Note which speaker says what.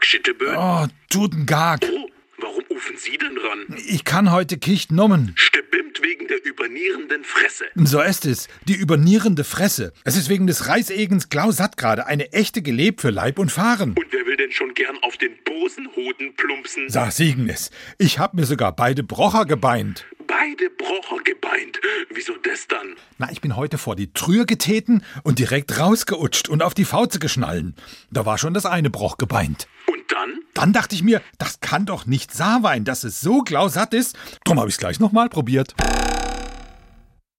Speaker 1: Schittebö?
Speaker 2: Oh, tuten Gag.
Speaker 1: Oh, warum rufen Sie denn ran?
Speaker 2: Ich kann heute kicht nummen.
Speaker 1: Stebimmt wegen der übernierenden Fresse.
Speaker 2: So ist es. Die übernierende Fresse. Es ist wegen des Reisegens Klaus satt gerade eine echte Geleb für Leib und Fahren.
Speaker 1: Und wer will denn schon gern auf den Bosenhoden plumpsen?
Speaker 2: Sag Siegnes, ich hab mir sogar beide Brocher gebeint.
Speaker 1: Beide Brocher gebeint. Wieso das dann?
Speaker 2: Na, ich bin heute vor die Tür geteten und direkt rausgeutscht und auf die Fauze geschnallen. Da war schon das eine Broch gebeint.
Speaker 1: Und dann?
Speaker 2: Dann dachte ich mir, das kann doch nicht Saarwein, dass es so klausatt ist. Drum habe ich es gleich nochmal probiert.